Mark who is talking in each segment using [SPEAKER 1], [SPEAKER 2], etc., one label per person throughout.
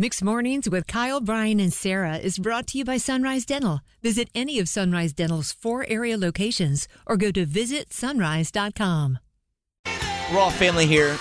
[SPEAKER 1] Mixed Mornings with Kyle, Brian, and Sarah is brought to you by Sunrise Dental. Visit any of Sunrise Dental's four area locations or go to visitsunrise.com.
[SPEAKER 2] We're all family here.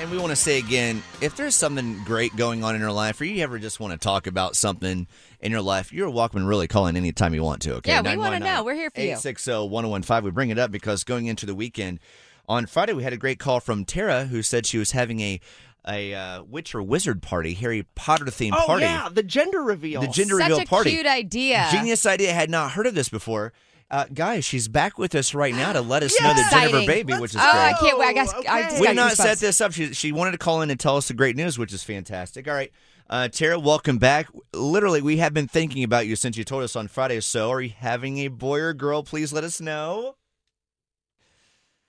[SPEAKER 2] And we want to say again if there's something great going on in your life, or you ever just want to talk about something in your life, you're welcome to really call in anytime you want to, okay?
[SPEAKER 3] Yeah, we wanna know. We're here for you.
[SPEAKER 2] 860 1015. We bring it up because going into the weekend, on Friday, we had a great call from Tara who said she was having a, a uh, witch or wizard party, Harry Potter themed
[SPEAKER 4] Oh
[SPEAKER 2] party.
[SPEAKER 4] yeah, the gender reveal.
[SPEAKER 2] The gender
[SPEAKER 3] Such
[SPEAKER 2] reveal
[SPEAKER 3] a
[SPEAKER 2] party.
[SPEAKER 3] cute idea.
[SPEAKER 2] Genius idea. Had not heard of this before. Uh, guys, she's back with us right now to let us know the gender of her
[SPEAKER 3] Exciting.
[SPEAKER 2] baby, which is
[SPEAKER 3] Oh,
[SPEAKER 2] great.
[SPEAKER 3] I can't wait. I guess I
[SPEAKER 4] Okay.
[SPEAKER 3] just
[SPEAKER 2] We
[SPEAKER 3] got
[SPEAKER 2] did not set
[SPEAKER 3] goosebumps.
[SPEAKER 2] this up. She, she wanted to call in and tell us the great news, which is fantastic. All right. Uh, Tara, welcome back. Literally, we have been thinking about you since you told us on Friday. So, are you having a boy or girl? Please let us know.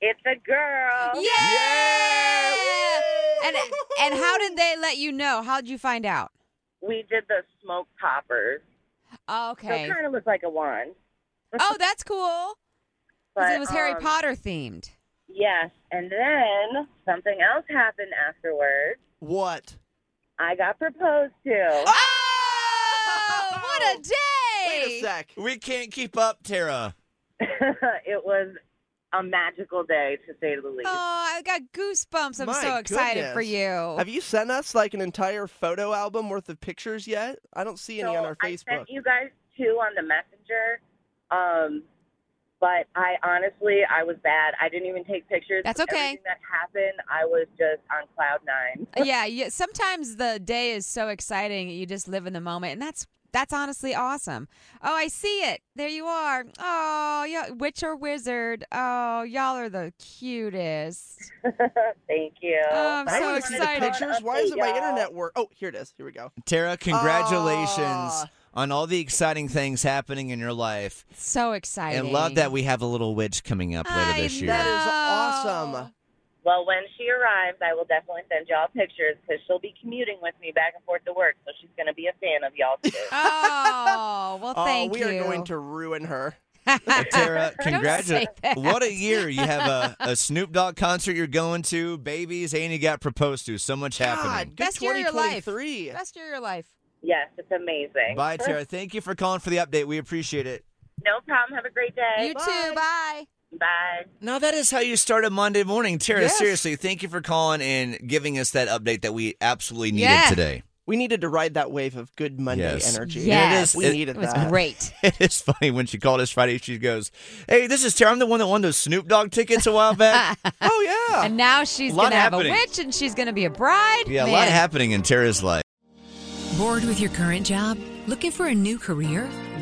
[SPEAKER 5] It's a girl.
[SPEAKER 3] Yeah. And and how did they let you know? How did you find out?
[SPEAKER 5] We did the smoke poppers.
[SPEAKER 3] Oh,
[SPEAKER 5] So
[SPEAKER 3] okay.
[SPEAKER 5] it kind of looks like a wand.
[SPEAKER 3] Oh, that's cool. 'Cause
[SPEAKER 5] But,
[SPEAKER 3] it was Harry
[SPEAKER 5] um,
[SPEAKER 3] Potter themed.
[SPEAKER 5] Yes. And then something else happened afterwards.
[SPEAKER 4] What?
[SPEAKER 5] I got proposed to.
[SPEAKER 3] Oh, what a day!
[SPEAKER 4] Wait a sec.
[SPEAKER 2] We can't keep up, Tara.
[SPEAKER 5] it was a magical day, to say the least.
[SPEAKER 3] Oh, I got goosebumps. I'm
[SPEAKER 4] My
[SPEAKER 3] so excited for
[SPEAKER 4] goodness.
[SPEAKER 3] you.
[SPEAKER 4] Have you sent us like an entire photo album worth of pictures yet? I don't see any
[SPEAKER 5] so
[SPEAKER 4] on our
[SPEAKER 5] I
[SPEAKER 4] Facebook.
[SPEAKER 5] sent you guys two on the messenger. Um, but I honestly, I was bad. I didn't even take pictures.
[SPEAKER 3] That's
[SPEAKER 5] of
[SPEAKER 3] okay.
[SPEAKER 5] Everything that happened, I was just on cloud nine.
[SPEAKER 3] yeah, yeah, sometimes the day is so exciting you just live in the moment and that's that's honestly awesome. Oh, I see it. There you are. Oh, yeah, witch or wizard. Oh, y'all are the cutest.
[SPEAKER 5] Thank you.
[SPEAKER 3] Oh, I'm
[SPEAKER 5] But
[SPEAKER 4] I
[SPEAKER 5] I
[SPEAKER 3] so
[SPEAKER 4] want
[SPEAKER 5] just
[SPEAKER 4] to see the
[SPEAKER 5] wanted
[SPEAKER 3] excited.
[SPEAKER 5] call and
[SPEAKER 4] pictures. Why isn't my
[SPEAKER 5] update y'all.
[SPEAKER 4] internet work? Oh, here it is. Here we go.
[SPEAKER 2] Tara, congratulations
[SPEAKER 4] Aw.
[SPEAKER 2] on all the exciting things happening in your life.
[SPEAKER 3] So exciting.
[SPEAKER 2] And love that we have a little witch coming up later
[SPEAKER 3] I
[SPEAKER 2] this year.
[SPEAKER 4] That is
[SPEAKER 3] know.
[SPEAKER 4] awesome.
[SPEAKER 5] Well, when she arrives, I will definitely send y'all pictures because she'll be commuting with me back and forth to work, so she's going to be a fan of y'all too.
[SPEAKER 3] Oh, well, thank
[SPEAKER 4] oh, we
[SPEAKER 3] you.
[SPEAKER 4] are going to ruin her.
[SPEAKER 2] Tara,
[SPEAKER 3] say
[SPEAKER 2] congratulations.
[SPEAKER 3] that.
[SPEAKER 2] What a year. You have a, a Snoop Dogg concert you're going to, babies, and you got proposed to. So much
[SPEAKER 4] God,
[SPEAKER 2] happening.
[SPEAKER 4] good
[SPEAKER 3] Best year of your life.
[SPEAKER 4] 2023.
[SPEAKER 3] Best year of your life.
[SPEAKER 5] yes, it's amazing.
[SPEAKER 2] Bye, Tara. Thank you for calling for the update. We appreciate it.
[SPEAKER 5] No problem. Have a great day.
[SPEAKER 3] You too. Bye.
[SPEAKER 5] Bye.
[SPEAKER 2] Now, that is how you started Monday morning. Tara,
[SPEAKER 4] Yes.
[SPEAKER 2] seriously, thank you for calling and giving us that update that we absolutely needed
[SPEAKER 3] Yeah.
[SPEAKER 2] today.
[SPEAKER 4] We needed to ride that wave of good Monday
[SPEAKER 2] Yes.
[SPEAKER 4] energy.
[SPEAKER 3] Yeah, it
[SPEAKER 2] is-
[SPEAKER 4] we
[SPEAKER 2] it-
[SPEAKER 4] needed
[SPEAKER 3] It was
[SPEAKER 4] that.
[SPEAKER 3] great.
[SPEAKER 2] It is funny when she called us Friday, she goes, Hey, this is Tara. I'm the one that won those Snoop Dogg tickets a while back.
[SPEAKER 4] Oh yeah.
[SPEAKER 3] And now she's
[SPEAKER 2] Lot
[SPEAKER 3] going to have
[SPEAKER 2] happening.
[SPEAKER 3] a witch and she's going to be a bride.
[SPEAKER 2] yeah, a
[SPEAKER 3] Man.
[SPEAKER 2] lot happening in Tara's life.
[SPEAKER 1] Bored with your current job? Looking for a new career?